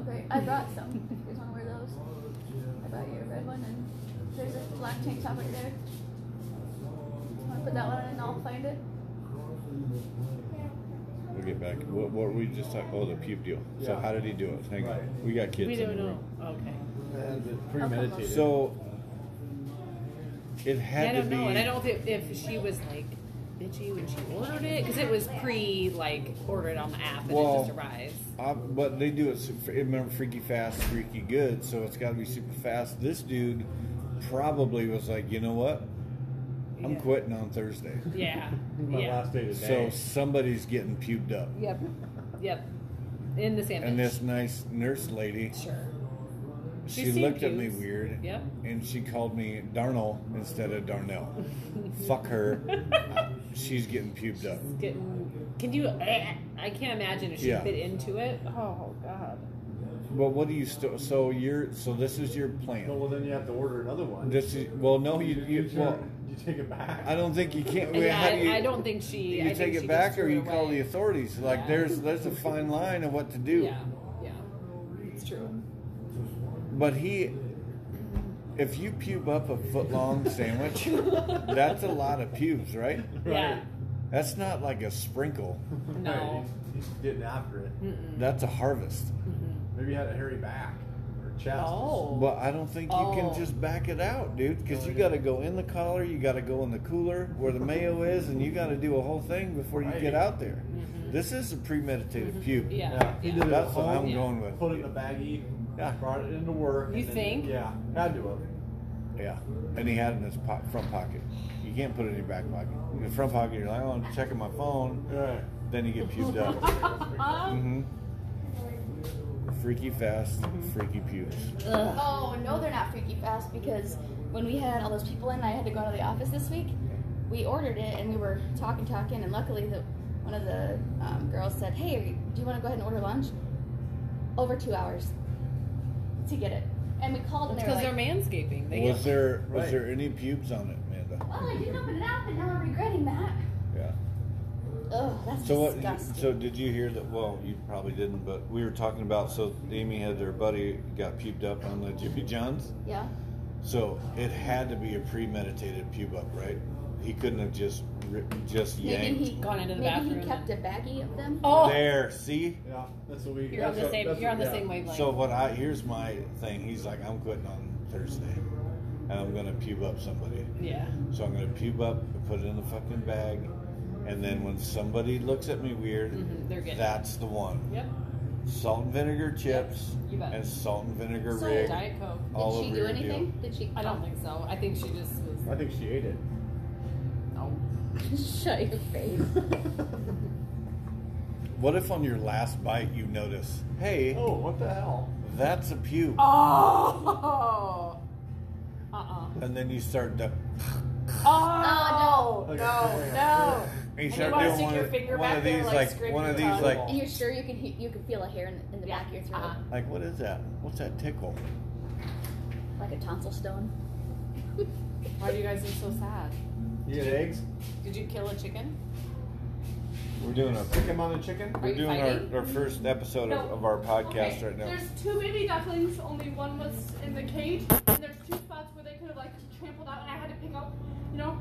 Speaker 2: Okay, I brought some. You guys want to wear those? I brought you a red one, and there's a black tank top right there. Want to put that one in and I'll find it?
Speaker 1: We'll get back. What, what were we just talking? Oh, the puke deal. So
Speaker 6: Yeah.
Speaker 1: how did he do it? Hang on.
Speaker 6: Right.
Speaker 1: We got kids.
Speaker 5: We
Speaker 1: in
Speaker 5: don't
Speaker 1: the
Speaker 5: know.
Speaker 1: room.
Speaker 5: Okay.
Speaker 6: That's it, premeditated.
Speaker 1: So it had
Speaker 5: I
Speaker 1: to
Speaker 5: don't
Speaker 1: be.
Speaker 5: know, and I don't know if, if she was like bitchy when she ordered it because it was pre like ordered on the app and
Speaker 1: Well,
Speaker 5: it just arrives.
Speaker 1: Uh, but they do it. su- Remember, freaky fast, freaky good. So it's got to be super fast. This dude probably was like, you know what? I'm
Speaker 5: Yeah.
Speaker 1: quitting on Thursday.
Speaker 5: Yeah.
Speaker 6: my
Speaker 5: yeah.
Speaker 6: last day
Speaker 1: So
Speaker 6: today.
Speaker 1: somebody's getting puked up,
Speaker 5: Yep. Yep. In the sandwich.
Speaker 1: and this nice nurse lady,
Speaker 5: Sure.
Speaker 1: she
Speaker 5: She's seen
Speaker 1: looked at me
Speaker 5: pukes.
Speaker 1: weird.
Speaker 5: Yep.
Speaker 1: and she called me Darnell instead of Darnell. Fuck her. She's getting pubed up.
Speaker 5: Getting. Can you? I can't imagine if she
Speaker 1: Yeah.
Speaker 5: fit into it. Oh God.
Speaker 1: But what do you still? So you're. So this is your
Speaker 6: No,
Speaker 1: plan.
Speaker 6: Oh, well, then you have to order another one.
Speaker 1: This is. Well, no, you. you
Speaker 6: turn-
Speaker 1: well,
Speaker 6: you take it back.
Speaker 1: I don't think you can't.
Speaker 5: Yeah,
Speaker 1: how do you,
Speaker 5: I, I don't think she. I
Speaker 1: You
Speaker 5: think
Speaker 1: take
Speaker 5: she
Speaker 1: it
Speaker 5: just
Speaker 1: back, or
Speaker 5: threw it
Speaker 1: you call the
Speaker 5: away.
Speaker 1: authorities. Like
Speaker 5: Yeah.
Speaker 1: there's there's a fine line of what to do.
Speaker 5: Yeah. Yeah. It's true.
Speaker 1: But he, if you pube up a foot long sandwich, that's a lot of pubes, right?
Speaker 5: Yeah.
Speaker 1: That's not like a sprinkle.
Speaker 5: No. Mm.
Speaker 6: He, he didn't after it.
Speaker 1: That's a harvest.
Speaker 6: Maybe he had a hairy back or chest.
Speaker 5: Oh.
Speaker 1: But I don't think you
Speaker 5: Oh.
Speaker 1: can just back it out, dude, because
Speaker 6: No,
Speaker 1: you
Speaker 6: yeah.
Speaker 1: got to go in the collar, you got to go in the cooler where the mayo is, and you got to do a whole thing before you
Speaker 6: Right.
Speaker 1: get out there. This is a premeditated pube.
Speaker 5: Mm-hmm. Yeah.
Speaker 6: Yeah, he
Speaker 5: yeah.
Speaker 6: did.
Speaker 1: That's what I'm
Speaker 5: Yeah.
Speaker 1: going with.
Speaker 6: Put it in a baggie.
Speaker 1: Yeah.
Speaker 6: Brought it into work.
Speaker 5: You
Speaker 6: and then-
Speaker 5: think?
Speaker 6: Yeah. Had to have.
Speaker 1: Yeah, and he had it in his po- front pocket. You can't put it in your back pocket. In your front pocket, you're like, oh, I'm checking my phone.
Speaker 6: Right.
Speaker 1: Then you get pubed up.
Speaker 9: Uh-huh.
Speaker 1: hmm Freaky fast, freaky pubes.
Speaker 2: Oh no, they're not freaky fast because when we had all those people in, I had to go out of the office this week. We ordered it and we were talking, talking, and luckily the one of the um, girls said, "Hey, are you, do you want to go ahead and order lunch?" Over two hours to get it, and we called and they were
Speaker 5: Because
Speaker 2: like,
Speaker 5: they're manscaping. They
Speaker 1: Was there was
Speaker 6: Right.
Speaker 1: there any pubes on it, Amanda?
Speaker 2: "Well, I didn't open it up, and now I'm regretting that."
Speaker 1: Yeah.
Speaker 2: Ugh, that's
Speaker 1: So what?
Speaker 2: disgusting.
Speaker 1: So did you hear that? Well, you probably didn't, but we were talking about. So Amy had their buddy got pubed up on the Jimmy John's.
Speaker 2: yeah.
Speaker 1: So it had to be a premeditated pube up, right? He couldn't have just ri- just
Speaker 2: Maybe
Speaker 1: yanked.
Speaker 2: he
Speaker 5: Gone into the
Speaker 2: maybe
Speaker 5: bathroom.
Speaker 2: he kept a baggie of them.
Speaker 5: oh.
Speaker 1: There, see.
Speaker 6: Yeah. That's what we.
Speaker 5: You're on
Speaker 6: that's
Speaker 5: the
Speaker 6: what-
Speaker 5: same.
Speaker 6: that's
Speaker 5: You're on the
Speaker 6: what-
Speaker 5: same wavelength.
Speaker 1: So what I here's my thing. He's like, I'm quitting on Thursday, and I'm gonna pube up somebody.
Speaker 5: yeah.
Speaker 1: So I'm gonna pube up, put it in the fucking bag, and then when somebody looks at me weird,
Speaker 5: Mhm, they're getting it.
Speaker 1: that's the one.
Speaker 5: Yep.
Speaker 1: Salt and vinegar chips
Speaker 5: you bet.
Speaker 1: and salt and vinegar
Speaker 5: So
Speaker 1: rig.
Speaker 5: Diet Coke.
Speaker 1: all
Speaker 2: Did she
Speaker 1: over
Speaker 2: do
Speaker 1: your
Speaker 2: anything?
Speaker 1: deal.
Speaker 2: Did she?
Speaker 5: I don't think so. I think she just was.
Speaker 6: I think she ate it.
Speaker 5: No.
Speaker 2: Shut your face.
Speaker 1: What if on your last bite you notice, hey,
Speaker 6: Oh, what the hell?
Speaker 1: that's a pube,
Speaker 5: Oh. Uh uh
Speaker 1: and then you start to,
Speaker 5: Oh,
Speaker 2: Oh,
Speaker 5: no.
Speaker 6: no.
Speaker 5: No. No.
Speaker 1: and you
Speaker 5: And you
Speaker 1: start
Speaker 5: wanna
Speaker 1: doing
Speaker 5: stick
Speaker 1: one,
Speaker 5: your
Speaker 1: of-
Speaker 5: finger
Speaker 1: one
Speaker 5: back
Speaker 1: of
Speaker 5: there,
Speaker 1: these
Speaker 5: like,
Speaker 1: like,
Speaker 5: scrape
Speaker 1: one
Speaker 5: your
Speaker 1: of these
Speaker 5: tongue.
Speaker 1: like
Speaker 2: And you're sure you can he- you can feel a hair in the, in the back of your throat,
Speaker 5: Uh-huh.
Speaker 1: like what is that? What's that tickle?
Speaker 2: like a tonsil stone.
Speaker 5: Why do you guys look so sad?
Speaker 6: You get eggs?
Speaker 5: Did you kill a chicken?
Speaker 1: We're doing a
Speaker 6: Stick him on a chicken?
Speaker 5: Are
Speaker 1: we're
Speaker 5: you
Speaker 1: doing
Speaker 5: fighting?
Speaker 1: our, our first episode of, of our podcast
Speaker 8: Okay,
Speaker 1: right now.
Speaker 8: There's two baby ducklings, only one was in the cage, and there's two spots where they could have like trampled out, and I had to pick up, you know,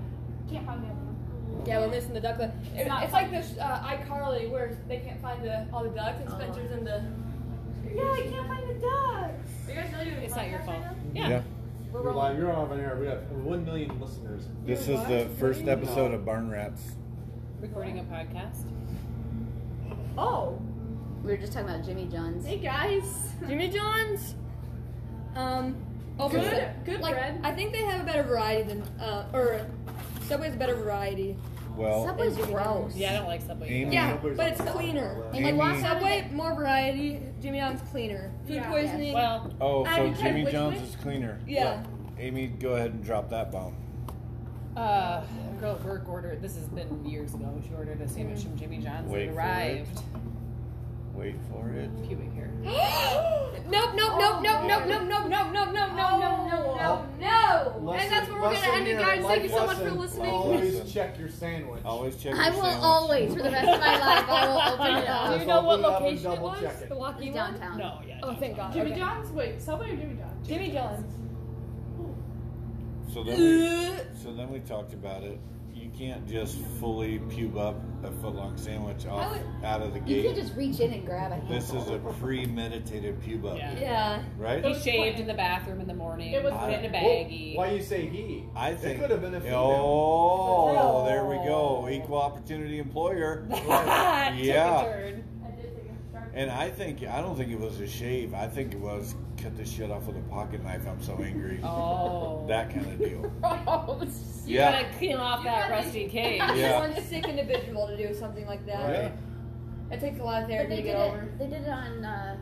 Speaker 8: can't find the other one.
Speaker 9: Yeah, we're missing the duck. li- It's,
Speaker 8: not-
Speaker 9: it's like this uh, iCarly where they can't find the all the ducks and Spencer's in the.
Speaker 8: Oh. Yeah, I can't find the ducks.
Speaker 9: Are you guys really doing
Speaker 5: It's not your
Speaker 9: podcasts
Speaker 5: fault.
Speaker 9: right now?
Speaker 5: Yeah. We're
Speaker 6: You're
Speaker 5: rolling.
Speaker 6: live. You're on air. We got one million listeners.
Speaker 1: This is the first episode of Barn Rats.
Speaker 5: Recording a podcast.
Speaker 9: Oh,
Speaker 2: We were just talking about Jimmy John's.
Speaker 8: Hey guys.
Speaker 9: Jimmy John's. Um,
Speaker 5: Over
Speaker 9: good,
Speaker 5: there.
Speaker 9: good like,
Speaker 8: bread.
Speaker 9: I think they have a better variety than uh, or Subway's a better variety.
Speaker 1: Well,
Speaker 2: Subway's gross.
Speaker 5: Yeah, I don't like Subway.
Speaker 1: Amy,
Speaker 9: Yeah,
Speaker 6: Subway's
Speaker 9: but it's
Speaker 6: on the
Speaker 9: cleaner.
Speaker 6: left.
Speaker 1: Amy-
Speaker 9: Like walk Subway, more variety. Jimmy John's cleaner. Food
Speaker 8: Yeah.
Speaker 9: poisoning.
Speaker 5: Well,
Speaker 1: oh, so
Speaker 9: I can tell
Speaker 1: Jimmy
Speaker 9: which
Speaker 1: John's
Speaker 9: way-
Speaker 1: is cleaner.
Speaker 9: Yeah.
Speaker 1: Amy, go ahead and drop that bomb.
Speaker 5: Uh, a girl at work ordered. This has been years ago. She ordered a sandwich from Jimmy John's.
Speaker 1: Wait
Speaker 5: it
Speaker 1: for
Speaker 5: arrived.
Speaker 1: Wait for it.
Speaker 5: Pubic hair.
Speaker 9: Nope, nope, nope, nope, nope, nope, nope, nope, nope, nope, nope, nope, nope, nope, no. And that's where we're gonna end it, guys. Thank you so much for listening.
Speaker 1: Listen.
Speaker 6: Always check your sandwich.
Speaker 1: Always check.
Speaker 2: I
Speaker 1: your
Speaker 2: will
Speaker 1: sandwich.
Speaker 2: always, for the rest of my life, I will open it
Speaker 9: Do you
Speaker 2: up.
Speaker 6: Just
Speaker 9: know what
Speaker 6: open it up and
Speaker 9: location it
Speaker 6: double
Speaker 9: was?
Speaker 6: check it.
Speaker 9: The walkie
Speaker 2: It's
Speaker 9: one.
Speaker 2: downtown.
Speaker 5: No, yeah.
Speaker 9: Oh, thank God.
Speaker 8: Jimmy
Speaker 9: Okay.
Speaker 8: John's? Wait, Subway or Jimmy John's?
Speaker 9: Jimmy John's.
Speaker 1: So then, we, so then we talked about it. You can't just fully pube up a footlong sandwich off out of the
Speaker 2: You
Speaker 1: gate.
Speaker 2: can't just reach in and grab a handful.
Speaker 1: This is a premeditated pube up,
Speaker 5: Yeah.
Speaker 9: Yeah.
Speaker 1: right?
Speaker 5: He shaved in the bathroom in the morning.
Speaker 8: It was
Speaker 5: put it in a
Speaker 1: planned.
Speaker 5: baggie.
Speaker 6: Why you say he?
Speaker 1: I think.
Speaker 6: it could have been a female.
Speaker 1: oh,
Speaker 5: No.
Speaker 1: there we go. Equal opportunity employer.
Speaker 5: That took a
Speaker 1: Yeah.
Speaker 5: turn.
Speaker 8: I did think of shark.
Speaker 1: And I think I don't think it was a shave. I think it was cut this shit off with a pocket knife. I'm so angry.
Speaker 5: Oh.
Speaker 1: That kind of deal.
Speaker 5: You
Speaker 1: yeah.
Speaker 5: gotta clean off
Speaker 9: You
Speaker 5: that
Speaker 9: gotta-
Speaker 5: rusty cage.
Speaker 1: Yeah.
Speaker 9: One sick individual to do something like that.
Speaker 1: Right.
Speaker 9: It takes a lot of
Speaker 2: But
Speaker 9: therapy
Speaker 2: they
Speaker 9: to
Speaker 2: did
Speaker 9: get over.
Speaker 2: it. They did it on. Uh,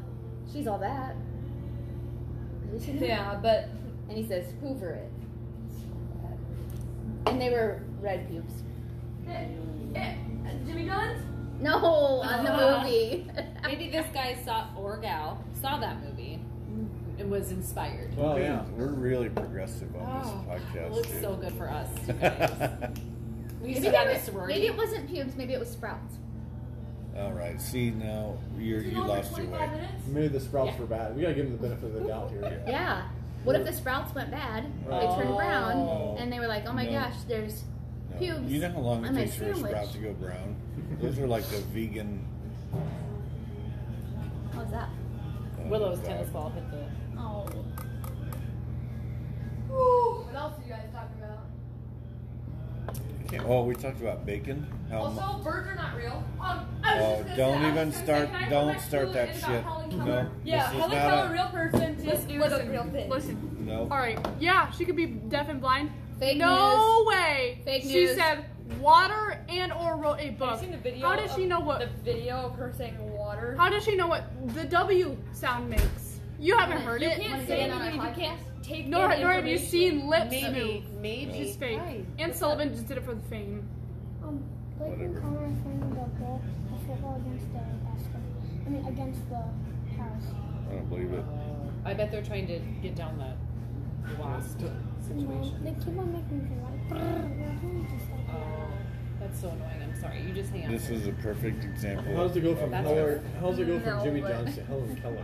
Speaker 2: She's all that. Have you seen it?
Speaker 9: Yeah, but
Speaker 2: And he says, "Hoover it." And they were red pubes. Eh,
Speaker 9: Jimmy John's.
Speaker 2: No, on the movie.
Speaker 5: Maybe this guy saw or gal saw that movie and was inspired.
Speaker 6: Well, yeah.
Speaker 1: We're really progressive on this
Speaker 5: Oh,
Speaker 1: podcast.
Speaker 5: it looks
Speaker 1: dude.
Speaker 5: so good for us. you guys. We used to
Speaker 2: they
Speaker 5: have a
Speaker 2: were- maybe
Speaker 5: sorority.
Speaker 2: it wasn't pubes. Maybe it was sprouts.
Speaker 1: All right. See now you're, you
Speaker 8: Two hours,
Speaker 1: lost your way.
Speaker 8: 25 minutes?
Speaker 3: Maybe the sprouts
Speaker 2: Yeah.
Speaker 3: were bad. We gotta give them the benefit of the doubt here.
Speaker 2: Yeah. What if the sprouts went bad?
Speaker 3: Right.
Speaker 2: They turned brown,
Speaker 1: Oh.
Speaker 2: and they were like, "Oh my
Speaker 1: No.
Speaker 2: gosh, there's
Speaker 1: No.
Speaker 2: pubes."
Speaker 1: You know how long it
Speaker 2: on my
Speaker 1: takes for a
Speaker 2: sandwich.
Speaker 1: sprout to go brown? Those are like the vegan.
Speaker 2: What was that?
Speaker 1: uh,
Speaker 5: Willow's
Speaker 1: dog.
Speaker 5: tennis ball hit the.
Speaker 2: Oh,
Speaker 9: What else are you guys talking about?
Speaker 1: Oh, we talked about bacon. How mu-
Speaker 9: Also, birds are not real.
Speaker 8: Um, I was
Speaker 1: Oh,
Speaker 8: just gonna
Speaker 1: don't
Speaker 8: say, I was
Speaker 1: even
Speaker 8: just
Speaker 1: start!
Speaker 8: gonna say, can I go
Speaker 1: Don't
Speaker 8: back
Speaker 1: start
Speaker 8: to
Speaker 1: that
Speaker 8: it about
Speaker 1: shit.
Speaker 8: Helen
Speaker 1: No,
Speaker 8: Keller?
Speaker 9: Yeah,
Speaker 1: this is
Speaker 9: Helen
Speaker 1: not
Speaker 9: Keller,
Speaker 1: a-
Speaker 9: real person. This dude
Speaker 2: was a
Speaker 9: is-
Speaker 2: real thing.
Speaker 9: Listen,
Speaker 1: no.
Speaker 8: All right. Yeah, she could be deaf and blind.
Speaker 2: Fake
Speaker 8: no way.
Speaker 2: Fake
Speaker 8: she
Speaker 2: news.
Speaker 8: said water and or wrote a book.
Speaker 9: Have you seen the video?
Speaker 8: How does she
Speaker 9: of-
Speaker 8: know what?
Speaker 9: The video of her saying water.
Speaker 8: how does she know what the W sound makes? You haven't heard
Speaker 9: you
Speaker 8: it.
Speaker 9: can't
Speaker 2: Wanna
Speaker 9: say
Speaker 2: get in on
Speaker 9: anything.
Speaker 2: our
Speaker 9: You can't take.
Speaker 8: Nor,
Speaker 9: in
Speaker 8: nor have you
Speaker 9: information.
Speaker 8: seen lips
Speaker 5: Maybe,
Speaker 8: move.
Speaker 5: maybe.
Speaker 8: She's fake.
Speaker 5: Hi.
Speaker 8: Anne Sullivan just did it for the fame.
Speaker 7: Um, Blake
Speaker 1: Whatever.
Speaker 7: and Connor are playing the goal of football against the basketball. I mean, against the house.
Speaker 1: I don't believe it.
Speaker 5: I bet they're trying to get down that wasp
Speaker 7: No,
Speaker 5: situation.
Speaker 7: they keep on making the right. We're doing this stuff.
Speaker 5: Oh, that's so annoying. I'm sorry. You just hang on.
Speaker 1: This is a perfect example.
Speaker 3: How's it go from
Speaker 1: of-
Speaker 5: That's
Speaker 3: Keller? How's it go from
Speaker 9: No,
Speaker 3: Jimmy
Speaker 9: but-
Speaker 3: Johnson to Helen Keller?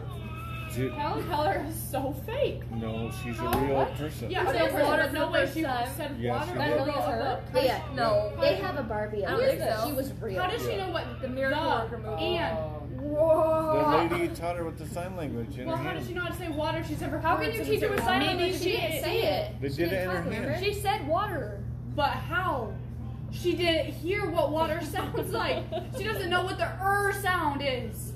Speaker 1: Ju-
Speaker 9: Helen Keller is so fake.
Speaker 1: No, she's a real person.
Speaker 8: Yeah,
Speaker 9: Who
Speaker 8: I
Speaker 9: said
Speaker 8: said
Speaker 9: water
Speaker 8: water.
Speaker 9: for
Speaker 8: No
Speaker 9: the
Speaker 8: way
Speaker 9: first
Speaker 8: she
Speaker 9: time?
Speaker 8: said
Speaker 1: Yes,
Speaker 8: water.
Speaker 1: she did.
Speaker 8: and
Speaker 9: That
Speaker 8: wrote
Speaker 9: really is
Speaker 8: a
Speaker 9: her?
Speaker 8: book.
Speaker 2: But yeah,
Speaker 9: No.
Speaker 2: they have a Barbie.
Speaker 9: I
Speaker 2: up
Speaker 9: don't
Speaker 2: there.
Speaker 9: think so.
Speaker 2: She was real.
Speaker 8: How does she know what
Speaker 9: The miracle
Speaker 8: the
Speaker 9: worker movie.
Speaker 8: and?
Speaker 1: The lady taught her with the sign language in
Speaker 8: Well,
Speaker 1: her
Speaker 8: how
Speaker 1: hand.
Speaker 8: does she know how to say water? She's ever.
Speaker 9: How can you teach her with sign
Speaker 2: Maybe
Speaker 9: language?
Speaker 2: she didn't say it.
Speaker 1: They
Speaker 2: She
Speaker 1: did it
Speaker 2: didn't
Speaker 1: in her
Speaker 2: talk,
Speaker 1: hand.
Speaker 2: remember?
Speaker 9: She said water.
Speaker 8: But how? She didn't hear what water sounds like. She doesn't know what the er sound is.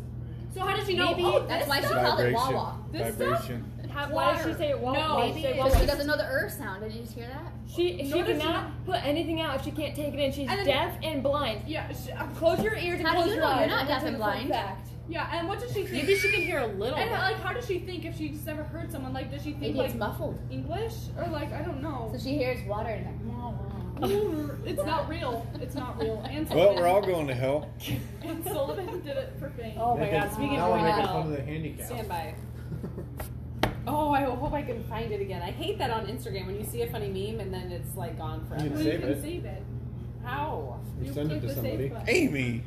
Speaker 8: So how does she know?
Speaker 9: Maybe
Speaker 8: oh,
Speaker 2: That's
Speaker 8: this
Speaker 2: why she
Speaker 8: stuff-
Speaker 2: called it
Speaker 1: Vibration.
Speaker 2: Wawa.
Speaker 9: This
Speaker 1: Vibration.
Speaker 9: How,
Speaker 8: why
Speaker 9: why
Speaker 8: does
Speaker 9: does
Speaker 8: she
Speaker 9: she say water?
Speaker 8: No.
Speaker 9: Maybe
Speaker 8: Say water.
Speaker 9: it's
Speaker 2: Just
Speaker 9: just
Speaker 2: she doesn't know the er sound. Did you just hear that?
Speaker 9: She she
Speaker 8: Nor does she
Speaker 9: cannot put anything out. She can't take it in. She's
Speaker 8: And then-
Speaker 9: deaf and blind.
Speaker 8: Yeah. She, uh,
Speaker 9: Close your ears and
Speaker 2: How do
Speaker 9: close
Speaker 2: you
Speaker 9: your
Speaker 2: know
Speaker 9: eyes.
Speaker 2: you're not deaf
Speaker 9: That's
Speaker 2: and
Speaker 9: a fun
Speaker 2: blind?
Speaker 9: fact.
Speaker 8: yeah. And what does she think?
Speaker 5: Maybe she can hear a little.
Speaker 8: and
Speaker 5: bit.
Speaker 8: like, how does she think if she just never heard someone? Like, does she think
Speaker 2: Maybe
Speaker 8: like
Speaker 2: it's muffled.
Speaker 8: English or like I don't know?
Speaker 2: So she hears water and like, no, no.
Speaker 8: it's not real. It's not real. And
Speaker 1: Well,
Speaker 8: Sullivan,
Speaker 1: we're all going to hell.
Speaker 8: and Sullivan did it for fame.
Speaker 5: Oh my God! Speaking
Speaker 3: now I'm
Speaker 5: of going
Speaker 3: making
Speaker 5: to
Speaker 3: fun of
Speaker 5: hell,
Speaker 3: the handicap.
Speaker 5: stand by. Oh, I hope I can find it again. I hate that on Instagram when you see a funny meme and then it's like gone
Speaker 3: You
Speaker 5: forever.
Speaker 3: can save it.
Speaker 8: save it.
Speaker 5: How?
Speaker 8: Oh,
Speaker 3: You send it
Speaker 8: click
Speaker 3: to
Speaker 8: the save
Speaker 3: somebody.
Speaker 8: button.
Speaker 1: Amy.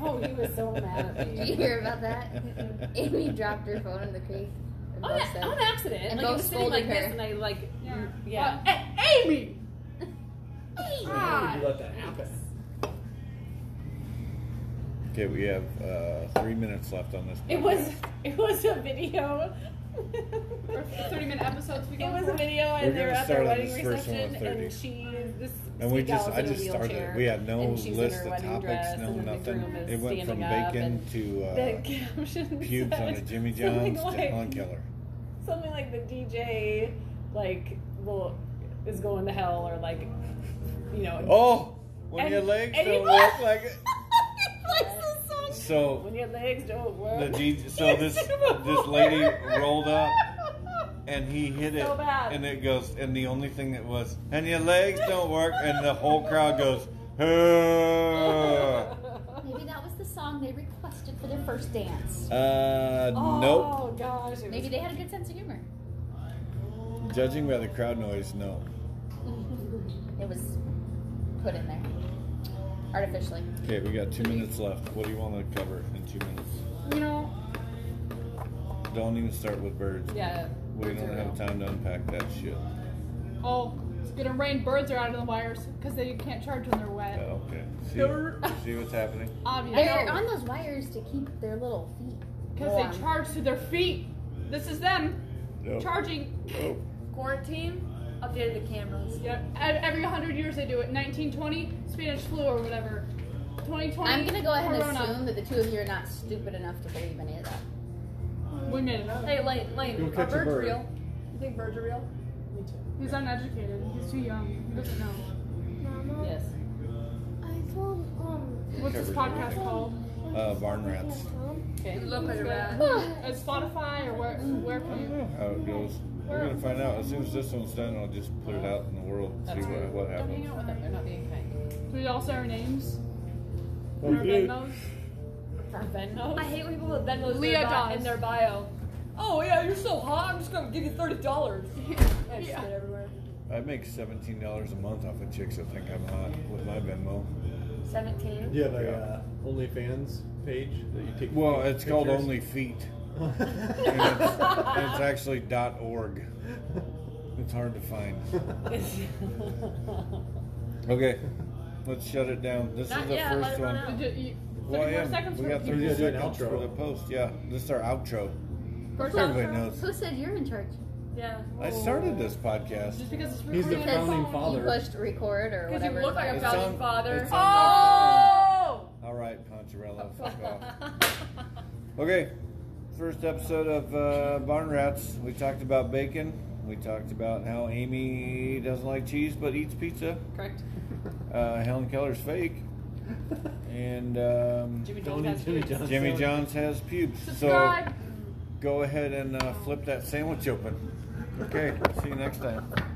Speaker 5: Oh, he was so mad at me.
Speaker 2: Did you hear about that? Amy dropped her phone in the creek. And
Speaker 5: On,
Speaker 2: Bo
Speaker 5: a-
Speaker 2: said-
Speaker 5: Oh, on accident.
Speaker 2: And
Speaker 5: like, I
Speaker 2: both
Speaker 5: was sitting like
Speaker 2: scolded
Speaker 5: this
Speaker 2: her.
Speaker 5: and I like,
Speaker 8: Yeah.
Speaker 5: yeah.
Speaker 8: Uh, hey, Amy.
Speaker 3: Why would you let that happen?
Speaker 1: Okay, we have uh, three minutes left on this.
Speaker 5: It was, it was a video.
Speaker 8: Or 30 minute episodes we
Speaker 5: It
Speaker 8: go
Speaker 5: was
Speaker 8: for.
Speaker 5: a video,
Speaker 1: We're
Speaker 5: and they
Speaker 1: gonna
Speaker 5: were at
Speaker 1: start
Speaker 5: their
Speaker 1: on
Speaker 5: wedding
Speaker 1: this first one
Speaker 5: reception,
Speaker 1: with 30.
Speaker 5: and she, this
Speaker 1: And we
Speaker 5: sweet gal
Speaker 1: just,
Speaker 5: was
Speaker 1: I
Speaker 5: in a
Speaker 1: just started.
Speaker 5: wheelchair,
Speaker 1: We had no
Speaker 5: and she's in
Speaker 1: list
Speaker 5: her
Speaker 1: of
Speaker 5: wedding
Speaker 1: topics,
Speaker 5: dress,
Speaker 1: no
Speaker 5: and the big
Speaker 1: nothing.
Speaker 5: room is
Speaker 1: It went from
Speaker 5: standing up,
Speaker 1: bacon
Speaker 5: and
Speaker 1: to
Speaker 5: the
Speaker 1: uh,
Speaker 5: caption
Speaker 1: pubes
Speaker 5: said
Speaker 1: on a Jimmy
Speaker 5: something
Speaker 1: John's to
Speaker 5: like-
Speaker 1: Helen Keller.
Speaker 5: something like the DJ, like will is going to hell, or like, you know.
Speaker 1: Oh, when
Speaker 5: And-
Speaker 1: your legs
Speaker 5: and he
Speaker 1: don't
Speaker 5: was-
Speaker 1: work like it.
Speaker 5: Like this song.
Speaker 1: So
Speaker 5: When your legs don't work.
Speaker 1: the DJ, so this this lady rolled up and he hit it
Speaker 5: So bad.
Speaker 1: and it goes and the only thing that was and your legs don't work and the whole crowd goes "Huh."
Speaker 2: Maybe that was the song they requested for their first dance.
Speaker 1: uh nope
Speaker 5: Oh gosh. it
Speaker 2: Maybe
Speaker 5: was-
Speaker 2: they had a good sense of humor.
Speaker 1: judging by the crowd noise no
Speaker 2: It was put in there artificially.
Speaker 1: okay we got two minutes left what do you want to cover in two minutes
Speaker 8: You know,
Speaker 1: don't even start with birds
Speaker 5: Yeah.
Speaker 1: we
Speaker 5: birds
Speaker 1: don't
Speaker 5: are
Speaker 1: have
Speaker 5: real.
Speaker 1: time to unpack that shit
Speaker 8: oh, it's gonna rain. Birds are out of the wires because they can't charge when they're
Speaker 1: Uh,
Speaker 8: wet.
Speaker 1: okay see,
Speaker 8: There-
Speaker 1: see what's happening
Speaker 2: They're
Speaker 8: Obviously,
Speaker 2: on those wires to keep their little feet
Speaker 8: because they
Speaker 2: warm.
Speaker 8: charge to their feet. This is them
Speaker 1: Nope.
Speaker 8: charging.
Speaker 1: Nope.
Speaker 9: Quarantine. Updated the cameras.
Speaker 8: Yeah, e- every hundred years they do it. 1920 Spanish flu or whatever. 2020.
Speaker 2: I'm gonna go ahead and
Speaker 8: corona.
Speaker 2: assume that the two of you are not stupid enough to believe any of that.
Speaker 8: We made it up.
Speaker 9: Hey, Lane, Lane,
Speaker 3: Go
Speaker 9: are
Speaker 3: catch a
Speaker 9: birds
Speaker 3: bird.
Speaker 9: real? You think birds are real?
Speaker 5: Me too.
Speaker 8: He's uneducated. He's too young. He doesn't know.
Speaker 7: Mama,
Speaker 5: Yes.
Speaker 7: I told um.
Speaker 8: What's this
Speaker 1: Covered
Speaker 8: podcast
Speaker 1: everything.
Speaker 8: called?
Speaker 1: Uh, barn rats.
Speaker 5: Okay.
Speaker 9: Look at that.
Speaker 8: Is Spotify or where? Where
Speaker 1: I don't
Speaker 8: can
Speaker 1: know how it goes. We're gonna find out as soon as this one's done. I'll just put it out in the world, see
Speaker 5: That's
Speaker 1: what,
Speaker 5: right.
Speaker 1: what
Speaker 5: Don't hang
Speaker 1: happens.
Speaker 5: out with them. They're not being kind.
Speaker 8: we? Do we all say our names?
Speaker 3: We
Speaker 8: Our
Speaker 3: did.
Speaker 8: Venmos?
Speaker 5: Our Venmo.
Speaker 9: I hate when people put Venmos in
Speaker 8: Leah
Speaker 9: their, bi-
Speaker 8: does.
Speaker 9: in their bio. Oh yeah, you're so hot. I'm just gonna give you thirty dollars. I just
Speaker 8: Yeah.
Speaker 9: did everywhere.
Speaker 1: I make seventeen dollars a month off of chicks that think I'm hot with my Venmo.
Speaker 9: Seventeen.
Speaker 3: You have a uh,
Speaker 6: OnlyFans page that you take?
Speaker 1: Well, it's called
Speaker 6: pictures?
Speaker 1: Only Feet. and it's,
Speaker 3: Ah.
Speaker 1: and it's actually dot .org. It's hard to find. Okay, let's shut it down. This
Speaker 9: Not
Speaker 1: is the
Speaker 9: yet, let
Speaker 1: first
Speaker 9: it
Speaker 1: one.
Speaker 9: run
Speaker 8: You
Speaker 9: out.
Speaker 8: do- you-
Speaker 1: Well, I
Speaker 8: 30 more
Speaker 1: am.
Speaker 8: seconds
Speaker 1: we
Speaker 8: for-
Speaker 1: got
Speaker 8: you
Speaker 1: 30
Speaker 6: gotta do an
Speaker 1: seconds
Speaker 6: outro.
Speaker 1: for the post. Yeah, this is our outro.
Speaker 9: First
Speaker 1: Everybody
Speaker 9: outro.
Speaker 1: knows.
Speaker 2: Who said you're in charge?
Speaker 9: Yeah.
Speaker 1: I started this podcast.
Speaker 8: Just because it's
Speaker 6: He's the
Speaker 8: recorded on
Speaker 6: founding
Speaker 8: phone.
Speaker 2: You
Speaker 6: father.
Speaker 2: pushed record or
Speaker 9: Because you
Speaker 2: whatever.
Speaker 9: look like a
Speaker 1: It's
Speaker 9: founding
Speaker 1: on-
Speaker 9: father.
Speaker 1: it's on
Speaker 9: Oh!
Speaker 1: All right, Poncherello, fuck off. Okay, first episode of uh, Barn Rats. We talked about bacon. We talked about how Amy doesn't like cheese but eats pizza.
Speaker 5: Correct.
Speaker 1: Uh, Helen Keller's fake. And um,
Speaker 5: Jimmy
Speaker 6: Don't
Speaker 5: Jones
Speaker 6: eat
Speaker 5: has
Speaker 6: Jimmy
Speaker 5: food.
Speaker 6: John's.
Speaker 1: Jimmy Johns has pubes.
Speaker 8: Subscribe.
Speaker 1: So go ahead and uh, flip that sandwich open. Okay, see you next time.